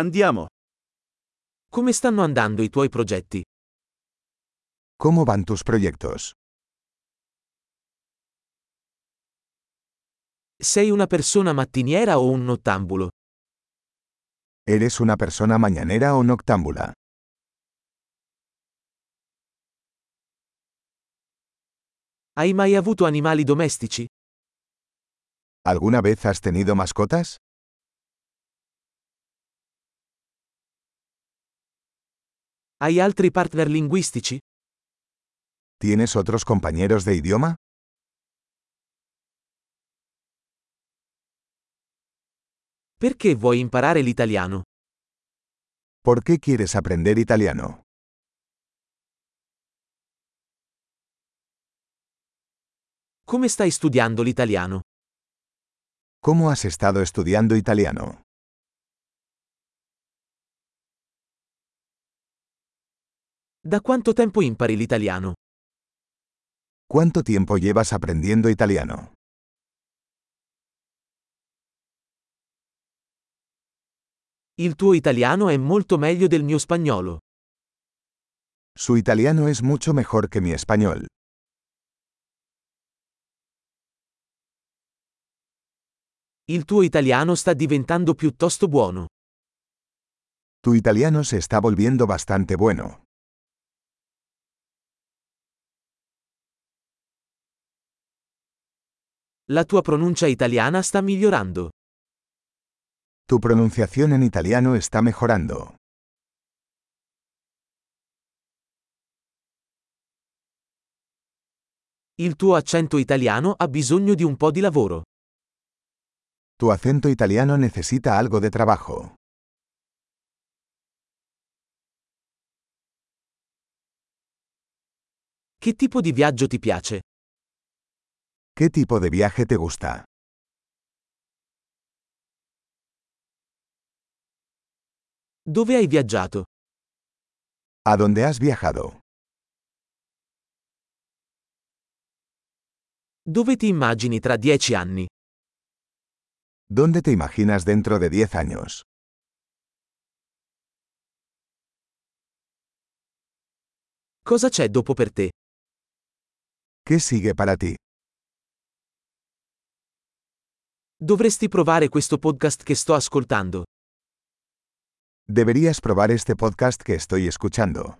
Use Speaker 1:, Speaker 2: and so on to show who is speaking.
Speaker 1: Andiamo.
Speaker 2: Come stanno andando i tuoi progetti?
Speaker 3: ¿Cómo van tus proyectos?
Speaker 2: Sei una persona mattiniera o un nottambulo?
Speaker 3: ¿Eres una persona mañanera o noctámbula?
Speaker 2: Hai mai avuto animali domestici?
Speaker 3: ¿Alguna vez has tenido mascotas?
Speaker 2: Hai altri partner linguistici?
Speaker 3: ¿Tienes otros compañeros de idioma?
Speaker 2: Perché vuoi imparare l'italiano?
Speaker 3: ¿Por qué quieres aprender italiano?
Speaker 2: Come stai studiando l'italiano?
Speaker 3: ¿Cómo has estado estudiando italiano?
Speaker 2: Da quanto tempo impari l'italiano?
Speaker 3: ¿Cuánto tiempo llevas aprendiendo italiano?
Speaker 2: Il tuo italiano è molto meglio del mio spagnolo.
Speaker 3: Su italiano es mucho mejor que mi español.
Speaker 2: Il tuo italiano sta diventando piuttosto buono.
Speaker 3: Tu italiano se está volviendo bastante bueno.
Speaker 2: La tua pronuncia italiana sta migliorando.
Speaker 3: Tu pronunciación en italiano está mejorando.
Speaker 2: Il tuo accento italiano ha bisogno di un po' di lavoro.
Speaker 3: Tu acento italiano necesita algo de trabajo.
Speaker 2: Che tipo di viaggio ti piace?
Speaker 3: ¿Qué tipo de viaje te gusta?
Speaker 2: Dove hai viaggiato?
Speaker 3: ¿A dónde has viajado?
Speaker 2: Dove ti immagini tra dieci anni?
Speaker 3: ¿Dónde te imaginas dentro de 10 años?
Speaker 2: Cosa c'è dopo per te?
Speaker 3: ¿Qué sigue para ti?
Speaker 2: Dovresti provare questo podcast che sto ascoltando.
Speaker 3: Deberías probar este podcast que estoy escuchando.